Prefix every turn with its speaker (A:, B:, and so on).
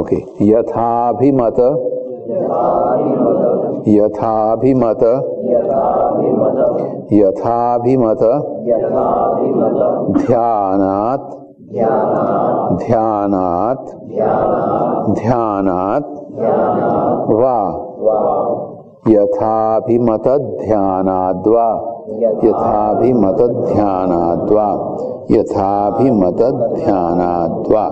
A: okay यथाभिमत यथाभिमत यथाभिमत ध्यानात् ध्यानात् ध्यानात् वा यथाभिमत ध्यानाद्वा यथाभिमत ध्यानाद्वा यथाभिमत ध्यानाद्वा